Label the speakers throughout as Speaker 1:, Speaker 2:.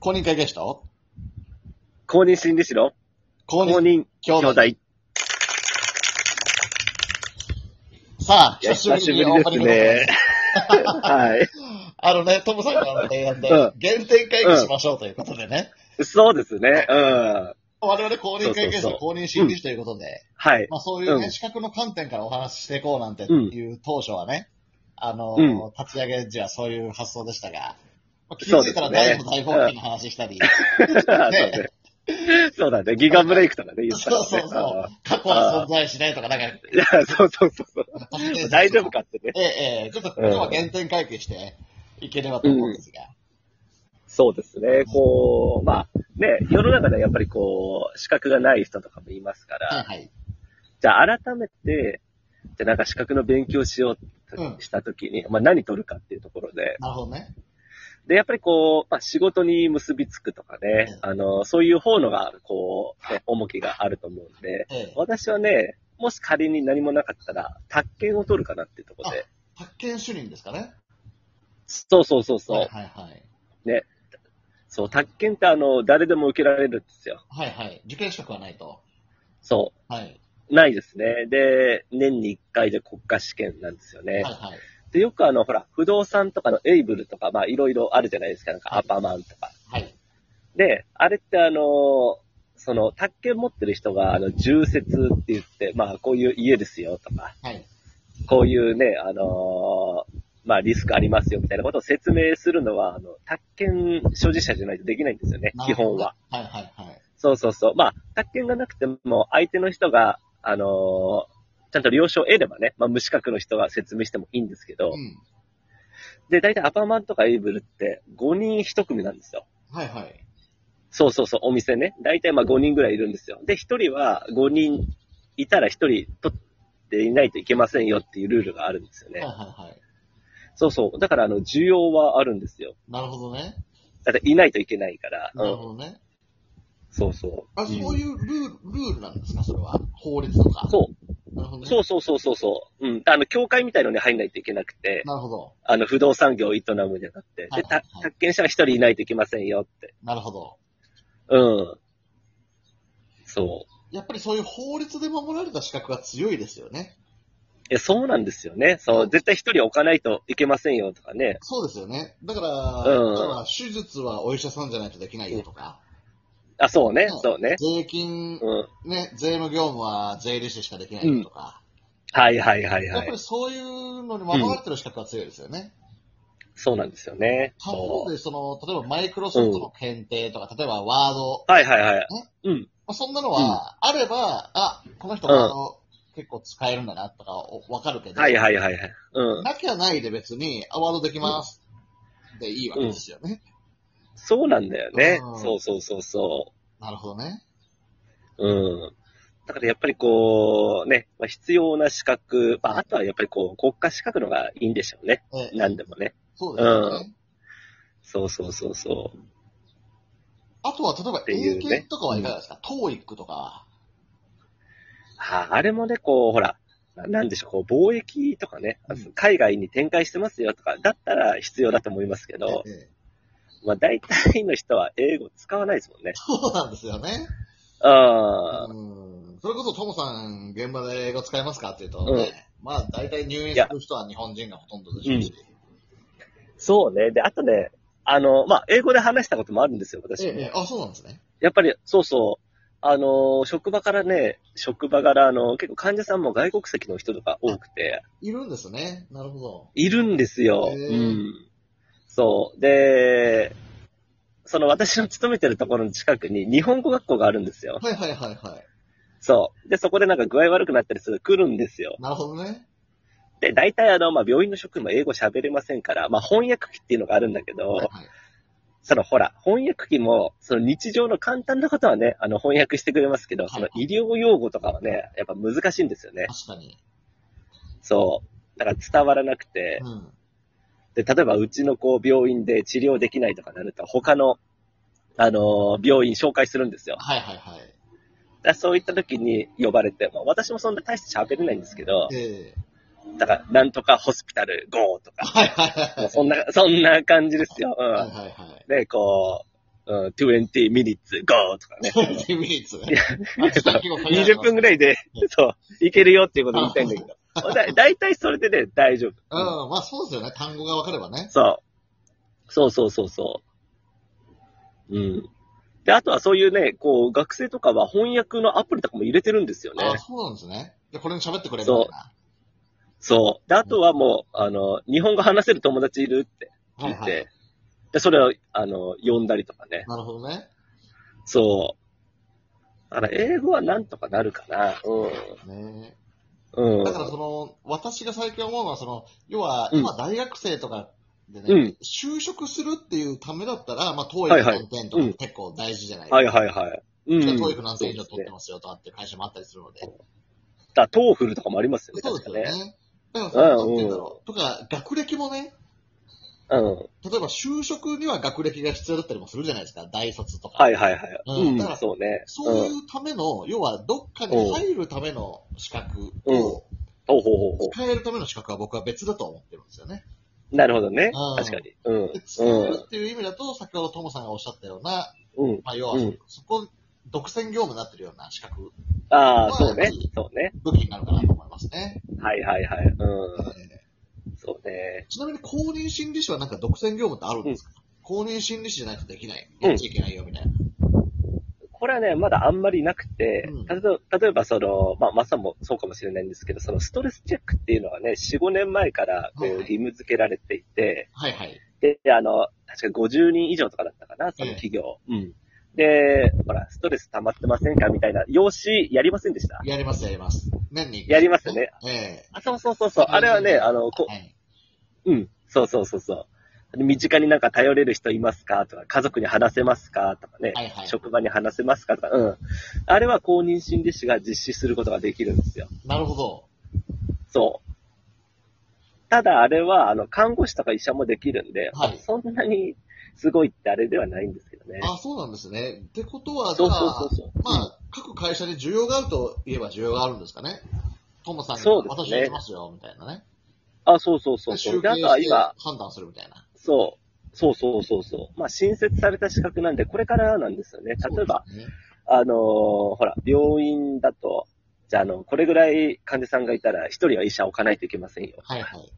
Speaker 1: 公認会計士と、
Speaker 2: 公認心理師の
Speaker 1: 公
Speaker 2: 公認
Speaker 1: 兄
Speaker 2: 兄
Speaker 1: 弟。
Speaker 2: 弟。
Speaker 1: さあ、
Speaker 2: いや
Speaker 1: 久しぶ
Speaker 2: 久しぶ
Speaker 1: りに
Speaker 2: り
Speaker 1: オー
Speaker 2: で
Speaker 1: プ
Speaker 2: す
Speaker 1: ニングの
Speaker 2: ね。はい。
Speaker 1: あのね、トムさんからの提案で、
Speaker 2: うん
Speaker 1: 原点会議しましょうということでね。
Speaker 2: そうですね。うん。
Speaker 1: 我々公認会計士
Speaker 2: そうそ
Speaker 1: と
Speaker 2: うそう
Speaker 1: 公認心理士ということで、
Speaker 2: はい。
Speaker 1: まあそう いうね、
Speaker 2: うん
Speaker 1: 資格の観点からお話ししていこうなんて
Speaker 2: うん
Speaker 1: いう当初はね、あの、
Speaker 2: うん
Speaker 1: 立ち上げ時はそういう発想でしたが、まあ気
Speaker 2: そう
Speaker 1: づ
Speaker 2: で
Speaker 1: い
Speaker 2: す
Speaker 1: た
Speaker 2: ね
Speaker 1: ら大の大冒険の話したり、
Speaker 2: そうだね。そうだね。ギガブレイクとかね、言った か
Speaker 1: そ
Speaker 2: ら
Speaker 1: うそう
Speaker 2: ね。
Speaker 1: そう、過去は存在しないとか、なんか、
Speaker 2: うんいや、そうそうそうそう。大丈夫かってね。
Speaker 1: ええ、ええ、ちょっと今日は原点回帰していければと思うんですが。
Speaker 2: そうですね。こう、まあ、ね、世の中ではやっぱりこう、資格がない人とかもいますから、
Speaker 1: はいはい。
Speaker 2: じゃあ改めて、じゃあなんか資格の勉強しよう
Speaker 1: うん
Speaker 2: としたときに、まあ何取るかっていうところで、
Speaker 1: なるほどね。
Speaker 2: で、やっぱりこう、まあ、仕事に結びつくとかね、あの、そういう方のが、こう、ね、重きがあると思うんで、
Speaker 1: ええ。
Speaker 2: 私はね、もし仮に何もなかったら、宅建を取るかなっていうところで、
Speaker 1: 発見主任ですかね。
Speaker 2: そうそうそうそ、
Speaker 1: はいうはいはい。
Speaker 2: そう、宅建ってあの、誰でも受けられるんですよ。
Speaker 1: はいはい。受験資格はないと。
Speaker 2: そ
Speaker 1: はい。
Speaker 2: う、ないですね。で、年に1回で国家試験なんですよ
Speaker 1: はい
Speaker 2: ね。
Speaker 1: はい。
Speaker 2: で、よくあの、ほら、不動産とかのエイブルとか、まあ、いろいろあるじゃないですか、なんかアパマンとか。
Speaker 1: はい。
Speaker 2: で、あれってあの、その、宅建持ってる人が、あの、住設って言って、まあ、こういう家ですよとか、
Speaker 1: はい。
Speaker 2: こういうね、あのーまあ、リスクありますよみたいなことを説明するのは、あの、宅建所持者じゃないとできないんですよね、
Speaker 1: な
Speaker 2: 基
Speaker 1: るほ
Speaker 2: 本
Speaker 1: ど
Speaker 2: は。。
Speaker 1: はいはいはい。
Speaker 2: そうそうそう。まあ、宅建がなくても、相手の人が、あのーちゃんと了承を得ればね、まあ、無資格の人が説明してもいいんですけど
Speaker 1: う、ん。
Speaker 2: で、大体アパマンとかエイブルって5人1組なんですよ。
Speaker 1: はいはい。
Speaker 2: そうそうそう、お店ね。大体まあ5人ぐらいいるんですよ。で、1人は5人いたら1人取っていないといけませんよっていうルールがあるんですよ
Speaker 1: はい
Speaker 2: ね。
Speaker 1: はいはい。
Speaker 2: そうそう。だからあの、需要はあるんですよ。
Speaker 1: なるほどね。
Speaker 2: だっていないといけないから。う
Speaker 1: なる
Speaker 2: ん。
Speaker 1: ほどね。
Speaker 2: そうそう。
Speaker 1: あ、そう
Speaker 2: うん
Speaker 1: いうルール、ルールなんですかそれは。法律とか。。
Speaker 2: そう
Speaker 1: なるほどね。
Speaker 2: そうそうそうそうそう。うん。あの、教会みたいのに入んないといけなくて、
Speaker 1: なるほど。
Speaker 2: あの、不動産業を営むじゃなく
Speaker 1: はい
Speaker 2: て、で、
Speaker 1: はい
Speaker 2: た
Speaker 1: はい
Speaker 2: 宅建者は1人いないといけませんよって。
Speaker 1: なるほど。
Speaker 2: うん。そう。
Speaker 1: やっぱりそういう法律で守られた資格が強いですよね。
Speaker 2: え、そうなんですよね。そうう。
Speaker 1: ん
Speaker 2: 絶対一人置かないといけませんよとかね。
Speaker 1: そうですよね。だから、
Speaker 2: うん
Speaker 1: 例えば手術はお医者さんじゃないとできないよとか、
Speaker 2: あ、そうね。
Speaker 1: うん
Speaker 2: そうね。
Speaker 1: 税金、
Speaker 2: うん。
Speaker 1: ね、税務業務は税理士しかできないよとか、
Speaker 2: はいはいはい
Speaker 1: や
Speaker 2: は
Speaker 1: っぱ
Speaker 2: い
Speaker 1: り。そういうのに守られてる資格が強いですよね。
Speaker 2: そうなんですよね。
Speaker 1: 他方
Speaker 2: そう
Speaker 1: で、その、例えばマイクロソフトの検定とか、例えばワード、
Speaker 2: はいはいはい。うん。
Speaker 1: まあ、そんなのは、あれば、あ、この人ワード結構使えるんだなとかおわかるけど、
Speaker 2: はいはいはいはい。うん。
Speaker 1: なきゃないで別に、あワードできます。でいいわけですよね。
Speaker 2: そうなんだよね
Speaker 1: うん。
Speaker 2: そうそうそうそ
Speaker 1: なるほどね。
Speaker 2: う。うん。だからやっぱりこう、ね、まあ、必要な資格、まあ、あとはやっぱりこう、国家資格のがいいんでしょうね。
Speaker 1: ええ
Speaker 2: なんでもね。
Speaker 1: そうですよね。
Speaker 2: そうそうそうそう。
Speaker 1: あとは、例えば
Speaker 2: てい
Speaker 1: 英
Speaker 2: うね
Speaker 1: 検とかはいかがですか、トーイックとか。
Speaker 2: ああれもね、こう、ほら、ななんでしょう、こう、貿易とかね
Speaker 1: うん、
Speaker 2: 海外に展開してますよとか、だったら必要だと思いますけど、
Speaker 1: ええ
Speaker 2: まあ大体の人は英語使わないですもんね。
Speaker 1: そうなんですよね。
Speaker 2: ああ、
Speaker 1: うんそれこそトモさん、現場で英語使えますかっていうとね、まあ大体入院する人は日本人がほとんどでしょうし。
Speaker 2: そうね。で、あとね、あの、まあ、英語で話したこともあるんですよ、私
Speaker 1: え
Speaker 2: も。
Speaker 1: え、ええあ、そうなんですね。
Speaker 2: やっぱり、そうそう。あの、職場からね、職場から、あの、結構患者さんも外国籍の人とか多くて、
Speaker 1: いるんですね。なるほど。
Speaker 2: いるんですよ。
Speaker 1: へ
Speaker 2: う
Speaker 1: え
Speaker 2: ん。そう。で、その私の勤めてるところの近くに日本語学校があるんですよ。
Speaker 1: はいはいはいはい。
Speaker 2: そう。で、そこでなんか具合悪くなったりする、来るんですよ。
Speaker 1: なるほどね。
Speaker 2: で、大体あの、まあ、病院の職員も英語喋れませんから、まあ、翻訳機っていうのがあるんだけど
Speaker 1: はい、はい、
Speaker 2: そのほら、翻訳機も、その日常の簡単なことはね、あの翻訳してくれますけど、
Speaker 1: はい
Speaker 2: その医療用語とかはね、やっぱ難しいんですよね。
Speaker 1: 確かに。
Speaker 2: そう。だから伝わらなくて
Speaker 1: う、ん。
Speaker 2: で、例えばうちのこう病院で治療できないとかなると、他の、あのー病院紹介するんですよ。だか
Speaker 1: はいはいはい。
Speaker 2: らそういった時に呼ばれて、まあ、私もそんな大して喋れないんですけど、
Speaker 1: ええ
Speaker 2: だから、なんとかホスピタル GO とか、
Speaker 1: はいはいはい
Speaker 2: もうそんな、そんな感じですよ。
Speaker 1: はい
Speaker 2: うん。
Speaker 1: はいはい。
Speaker 2: で、こう、うん、20 minutes go! とかね。
Speaker 1: 10ミリッツ。あちょっと結構限られて
Speaker 2: 20
Speaker 1: ます
Speaker 2: 分ぐらいで、そう、いけるよっていうことを言いたいんだけど。だだいたいそれでね、大丈
Speaker 1: うん
Speaker 2: 夫。、
Speaker 1: まあそうですよね。単語が分かればね。
Speaker 2: そう。そうそうそうそう。うん。で、あとはそういうね、こう、学生とかは翻訳のアプリとかも入れてるんですよね
Speaker 1: あ。そうなんですね。で、これに喋ってくれみたいな。
Speaker 2: そう。で、あとはもう、あの、日本語話せる友達いるって
Speaker 1: は
Speaker 2: 聞
Speaker 1: い
Speaker 2: いて、
Speaker 1: はい。
Speaker 2: で、それを、あの、呼んだりとかね。
Speaker 1: なるほどね。
Speaker 2: そう。だから、英語はなんとかなるかな。
Speaker 1: ね
Speaker 2: うん。うん。
Speaker 1: だからその、私が最近思うのは、その、要は、
Speaker 2: うん
Speaker 1: 今大学生とかでね、
Speaker 2: うん
Speaker 1: 就職するっていうためだったら、まあ、TOEIC
Speaker 2: はいは
Speaker 1: 何
Speaker 2: い
Speaker 1: 点とか結構大事じゃないですか。
Speaker 2: はいはいはい。うん。
Speaker 1: で TOEIC 何点以上取っ
Speaker 2: そうです
Speaker 1: て
Speaker 2: ね
Speaker 1: ますよとかっていう会社もあったりするので。
Speaker 2: だトーフルとかもありますよね、
Speaker 1: そうで
Speaker 2: 確
Speaker 1: す
Speaker 2: か
Speaker 1: よ
Speaker 2: ね。
Speaker 1: ね。だから、
Speaker 2: う
Speaker 1: なんんて言うんだろう。とか、学歴もね、
Speaker 2: うん。
Speaker 1: 例えば就職には学歴が必要だったりもするじゃないですか。大卒とか。
Speaker 2: はいはいはい。
Speaker 1: うん
Speaker 2: うん
Speaker 1: だから、
Speaker 2: そうね。
Speaker 1: そうい
Speaker 2: ん。
Speaker 1: うための、要はどっかに入るための資格を、
Speaker 2: ほうほうほうほ
Speaker 1: 使えるための資格は僕は別だと思ってるんですよね。
Speaker 2: う。なるほどね。
Speaker 1: うん
Speaker 2: 確かに。うん
Speaker 1: で、使えるっていう意味だと、先ほどトモさんがおっしゃったような、。
Speaker 2: うん。
Speaker 1: まあ要は
Speaker 2: うん、
Speaker 1: そこ、独占業務になってるような資格、
Speaker 2: ああ、そうね。そうね。
Speaker 1: 武器になるかなと思いますね。
Speaker 2: はいはいはい。
Speaker 1: え
Speaker 2: うん。
Speaker 1: ー
Speaker 2: そうね。
Speaker 1: ちなみに公認心理師はなんか独占業務ってあるんですか公認心理師じゃないとできない。
Speaker 2: うん
Speaker 1: やっちゃいけないよ、みたいな。
Speaker 2: これはね、まだあんまりなくて
Speaker 1: うん、
Speaker 2: 例えば、例えばその、まあ、まさもそうかもしれないんですけど、そのストレスチェックっていうのはね、4、5年前からこう
Speaker 1: はいはい
Speaker 2: 義務付けられていて、
Speaker 1: はいはい。
Speaker 2: で、あの、確か50人以上とかだったかな、その企業。うん。で、ほら、ストレス溜まってませんかみたいな、用紙やりませんでした
Speaker 1: やります、やります。年に一回
Speaker 2: やりますね。
Speaker 1: ええ
Speaker 2: あ、そうそうそうそう。あれはね、あの、こ
Speaker 1: はい。
Speaker 2: うん。そうそうそうそう。身近になんか頼れる人いますかとか、家族に話せますかとかね、
Speaker 1: はいはい
Speaker 2: 職場に話せますかとか、うん。あれは公認心理師が実施することができるんですよ。
Speaker 1: なるほど。
Speaker 2: そう。ただあれは、あの、看護師とか医者もできるんで、
Speaker 1: はい
Speaker 2: そんなにすごいってあれではないんですけどね。
Speaker 1: あ、そうなんですね。ってことは、
Speaker 2: そう
Speaker 1: じゃ
Speaker 2: そうそう
Speaker 1: あ、
Speaker 2: そう。
Speaker 1: まあ、各会社で需要があると言えば需要があるんですかね。トモさんが、
Speaker 2: そうですね
Speaker 1: 私やりますよ、みたいなね。
Speaker 2: あ、そうそうそう
Speaker 1: で
Speaker 2: そう。
Speaker 1: 集
Speaker 2: で
Speaker 1: 計
Speaker 2: あとは
Speaker 1: して
Speaker 2: 今、
Speaker 1: 判断するみたいな。
Speaker 2: そう、そうそうそうそう。まあ、新設された資格なんで、これからなんですよね。例えば、
Speaker 1: そうですね。
Speaker 2: あのーほら、病院だと、じゃあ、あの、これぐらい患者さんがいたら、一人は医者置かないといけませんよ。
Speaker 1: はいはい。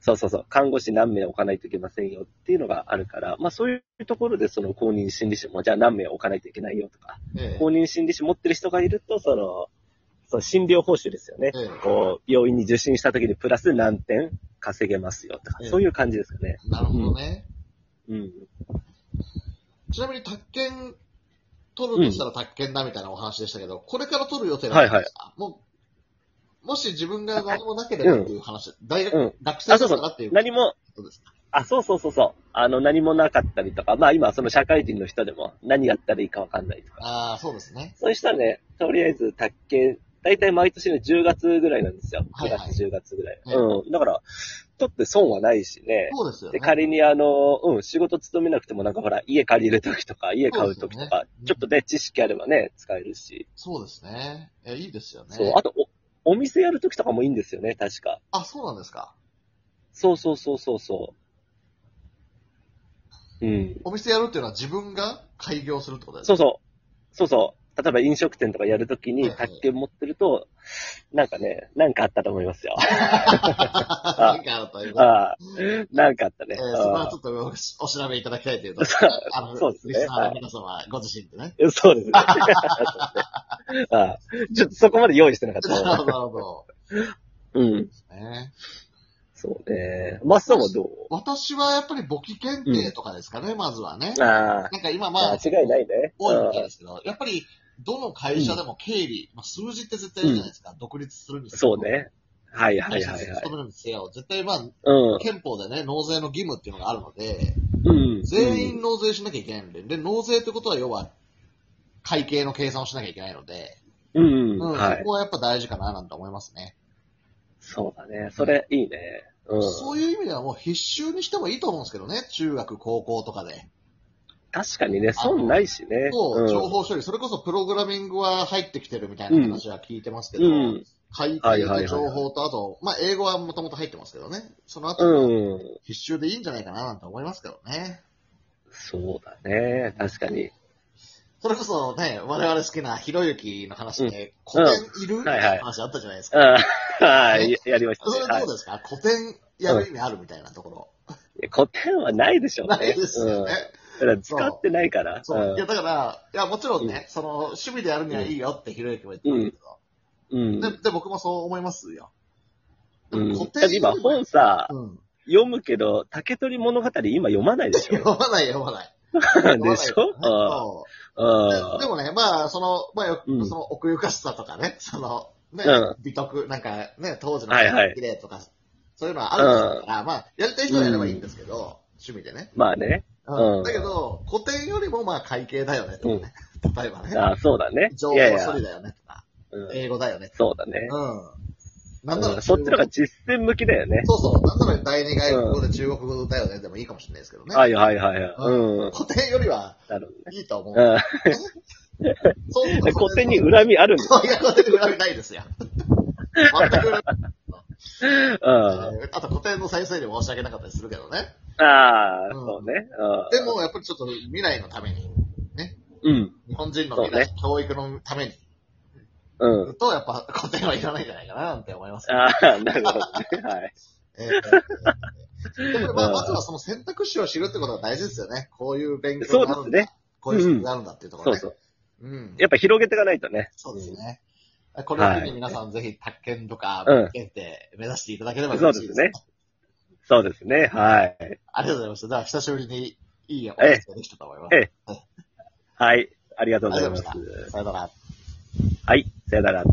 Speaker 2: そうそうそう。看護師何名置かないといけませんよっていうのがあるから、まあそういうところで、その公認心理師も、じゃあ何名置かないといけないよとか、
Speaker 1: ええ
Speaker 2: 公認心理師持ってる人がいると、その、その診療報酬ですよね。
Speaker 1: え
Speaker 2: こう、病院に受診した時にプラス何点稼げますよとか
Speaker 1: え、え
Speaker 2: そういう感じですかね。
Speaker 1: えなるほどね。
Speaker 2: うん。
Speaker 1: ちなみに、宅建取るとしたら宅建だみたいなお話でしたけど、これから取る予定だったんですかもう、もし自分が何もなければっていう話、大学、
Speaker 2: うん
Speaker 1: 学生だ
Speaker 2: あ、そうそ
Speaker 1: ったら
Speaker 2: う
Speaker 1: ってい。うこ
Speaker 2: 何も、
Speaker 1: とですか
Speaker 2: あ、そうそうそうそう。あの、何もなかったりとか、まあ今、その社会人の人でも何やったらいいかわかんないとか。
Speaker 1: ああ、そうですね。
Speaker 2: そうしたらね、とりあえず、宅建、大体毎年の10月ぐらいなんですよ。
Speaker 1: はい
Speaker 2: 9
Speaker 1: はい
Speaker 2: 月、10月ぐらい。
Speaker 1: う
Speaker 2: うん。だから、取って損はないしね。
Speaker 1: そうですよね
Speaker 2: で、。仮にあの、うん、仕事勤めなくてもなんかほら、家借りるときとか、家買うときと
Speaker 1: そう
Speaker 2: か、ちょっとね、知識あればね、使えるし。
Speaker 1: そうですね。え、いいですよね。
Speaker 2: そう。あと、お、お店やるときとかもいいんですよね、確か。
Speaker 1: あ、そうなんですか。
Speaker 2: そうそうそうそうそう。うん。
Speaker 1: お店やるっていうのは自分が開業するってことです
Speaker 2: そ
Speaker 1: か
Speaker 2: うそう。そうそう。例えば飲食店とかやるとき
Speaker 1: はい
Speaker 2: に
Speaker 1: はい
Speaker 2: 宅建持ってると、なんかね、なんかあったと思いますよ。
Speaker 1: あなんかあるということで
Speaker 2: ああ、なんかあったね。
Speaker 1: えーそこは
Speaker 2: あ
Speaker 1: ちょっとおお調べいただきたいというと、あの、
Speaker 2: そうですね
Speaker 1: リスナーの皆様、ご自身でね。
Speaker 2: あそうですね。 そうですねああちょっとそこまで用意してなか っ
Speaker 1: なる
Speaker 2: た。
Speaker 1: ほど、なるほど。
Speaker 2: うん。
Speaker 1: ね
Speaker 2: そうね。マッサンはどう
Speaker 1: 私はやっぱり簿記検定とかですかね、まずはね。
Speaker 2: あ
Speaker 1: なんか今
Speaker 2: あ、
Speaker 1: まあ、
Speaker 2: 間違いないね。
Speaker 1: 多いみたいですけど、やっぱりどの会社でも経理、まあ、数字って絶対いるじゃないですか、独立するに
Speaker 2: うん
Speaker 1: せよ
Speaker 2: そう。ね。はいは
Speaker 1: 会
Speaker 2: い
Speaker 1: 社
Speaker 2: は
Speaker 1: に
Speaker 2: いはい
Speaker 1: 勤。めるにせよ、絶対まあ、
Speaker 2: うん。
Speaker 1: 憲法でね、納税の義務っていうのがあるので、
Speaker 2: うん。
Speaker 1: 全員納税しなきゃいけないので、で、納税ってことは要は、会計の計算をしなきゃいけないので、
Speaker 2: うん。
Speaker 1: うん、
Speaker 2: は
Speaker 1: そ
Speaker 2: い。
Speaker 1: こはやっぱ大事かななんて思いますね。
Speaker 2: そうだね。それ、いいね。うん。
Speaker 1: そういう意味ではもう必修にしてもいいと思うんですけどね、中学、高校とかで。
Speaker 2: 確かにね、損ないしね。
Speaker 1: そう、情
Speaker 2: ん。
Speaker 1: 報処理、それこそプログラミングは入ってきてるみたいな話は聞いてますけど、
Speaker 2: うん
Speaker 1: 会
Speaker 2: は
Speaker 1: 計
Speaker 2: いはいはいは
Speaker 1: と
Speaker 2: い
Speaker 1: 情報と、あと、まあ、英語はもともと入ってますけどね、その後、
Speaker 2: うん。
Speaker 1: 必修でいいんじゃないかななんて思いますけどね。
Speaker 2: そうだね。確かに。
Speaker 1: それこそね、我々好きなひろゆきの話で、古典いるって
Speaker 2: はいはい
Speaker 1: 話あったじゃないです
Speaker 2: う
Speaker 1: か。
Speaker 2: ん。はい、ややりました
Speaker 1: それ
Speaker 2: ね。はい
Speaker 1: どうですか古典やる意味あるみたいなところ。
Speaker 2: いや古典はないでしょうね。
Speaker 1: ないですよね。
Speaker 2: うん。だから使ってないから。
Speaker 1: そう。いや、
Speaker 2: ん
Speaker 1: だから、いや、もちろんね、その、趣味でやるにはいいよってひろゆきも言ってたんだけど。
Speaker 2: うん。
Speaker 1: でで、僕もそう思いますよ。で
Speaker 2: うん
Speaker 1: も
Speaker 2: だ
Speaker 1: 古
Speaker 2: っ
Speaker 1: 典
Speaker 2: て今本さ、
Speaker 1: うん。
Speaker 2: 読むけど、竹取物語今読まないでし
Speaker 1: 読
Speaker 2: ょ。
Speaker 1: まない、読まない。
Speaker 2: でしょ
Speaker 1: 読まないそうでで
Speaker 2: う
Speaker 1: もね、まあ、その、まあ、よ
Speaker 2: うん
Speaker 1: その奥ゆかしさとかね、その、ね
Speaker 2: う、
Speaker 1: 美徳、なんかね、当時の
Speaker 2: はいはい
Speaker 1: 綺麗とか、そういうのはあるんですから、まあ、やりたい人はやればいいんですけど、趣味でね。
Speaker 2: ん。まあね。うん
Speaker 1: だけど、古典よりもまあ、会計だよね、とかね。例えばね、
Speaker 2: あそうだね。
Speaker 1: 情
Speaker 2: い
Speaker 1: 報
Speaker 2: やいや
Speaker 1: 処。理だよね、とか、
Speaker 2: うん
Speaker 1: 英語だよね、
Speaker 2: そうだね。
Speaker 1: うん。なんな
Speaker 2: う
Speaker 1: ら、
Speaker 2: んそっちの方が実践向きだよね。
Speaker 1: そうそう、なんなら第二外国語で中国語だよね、でもいいかもしれないですけどね。
Speaker 2: はいはいはいはい。うん。
Speaker 1: 古典よりは
Speaker 2: なる
Speaker 1: いいと思
Speaker 2: ほ
Speaker 1: う。
Speaker 2: どね。
Speaker 1: そう
Speaker 2: うん。古典に
Speaker 1: 恨
Speaker 2: 恨みあるん
Speaker 1: み。
Speaker 2: です
Speaker 1: そういや、古典に恨みないですよ。全く恨み
Speaker 2: うん。あ
Speaker 1: あと古典の先生に申し訳なかったりするけどね。
Speaker 2: あー、
Speaker 1: うん
Speaker 2: そうね。
Speaker 1: でも、やっぱりちょっと未来のために、
Speaker 2: うん。
Speaker 1: 日本人の未来、教育のために、
Speaker 2: うん。うん。
Speaker 1: と、やっぱ古典はいらないんじゃないかな、なんて思います。
Speaker 2: ああ、なるほどね。 はい。
Speaker 1: えーえーえーでもまあ、まずはその選択肢を知るってことが大事ですよね。こういう勉強があ
Speaker 2: そ
Speaker 1: る
Speaker 2: うんで
Speaker 1: だ。
Speaker 2: すね
Speaker 1: こういう人があるんだっていうところ
Speaker 2: そう
Speaker 1: ね。
Speaker 2: そう。
Speaker 1: うん。
Speaker 2: やっぱ広げていかないとね。
Speaker 1: そうですね。これを機に皆さんぜひ、宅建とか、
Speaker 2: うん
Speaker 1: 物件って目指していただければ
Speaker 2: そう
Speaker 1: 嬉
Speaker 2: で
Speaker 1: しいですす。
Speaker 2: ね。そうですね。はい。
Speaker 1: ありがとうございました。では、久しぶりにいいお話ができたと思います。
Speaker 2: えはい。ありがとうございま
Speaker 1: ありがとうござい
Speaker 2: す。
Speaker 1: さよなら。
Speaker 2: はい。さよなら。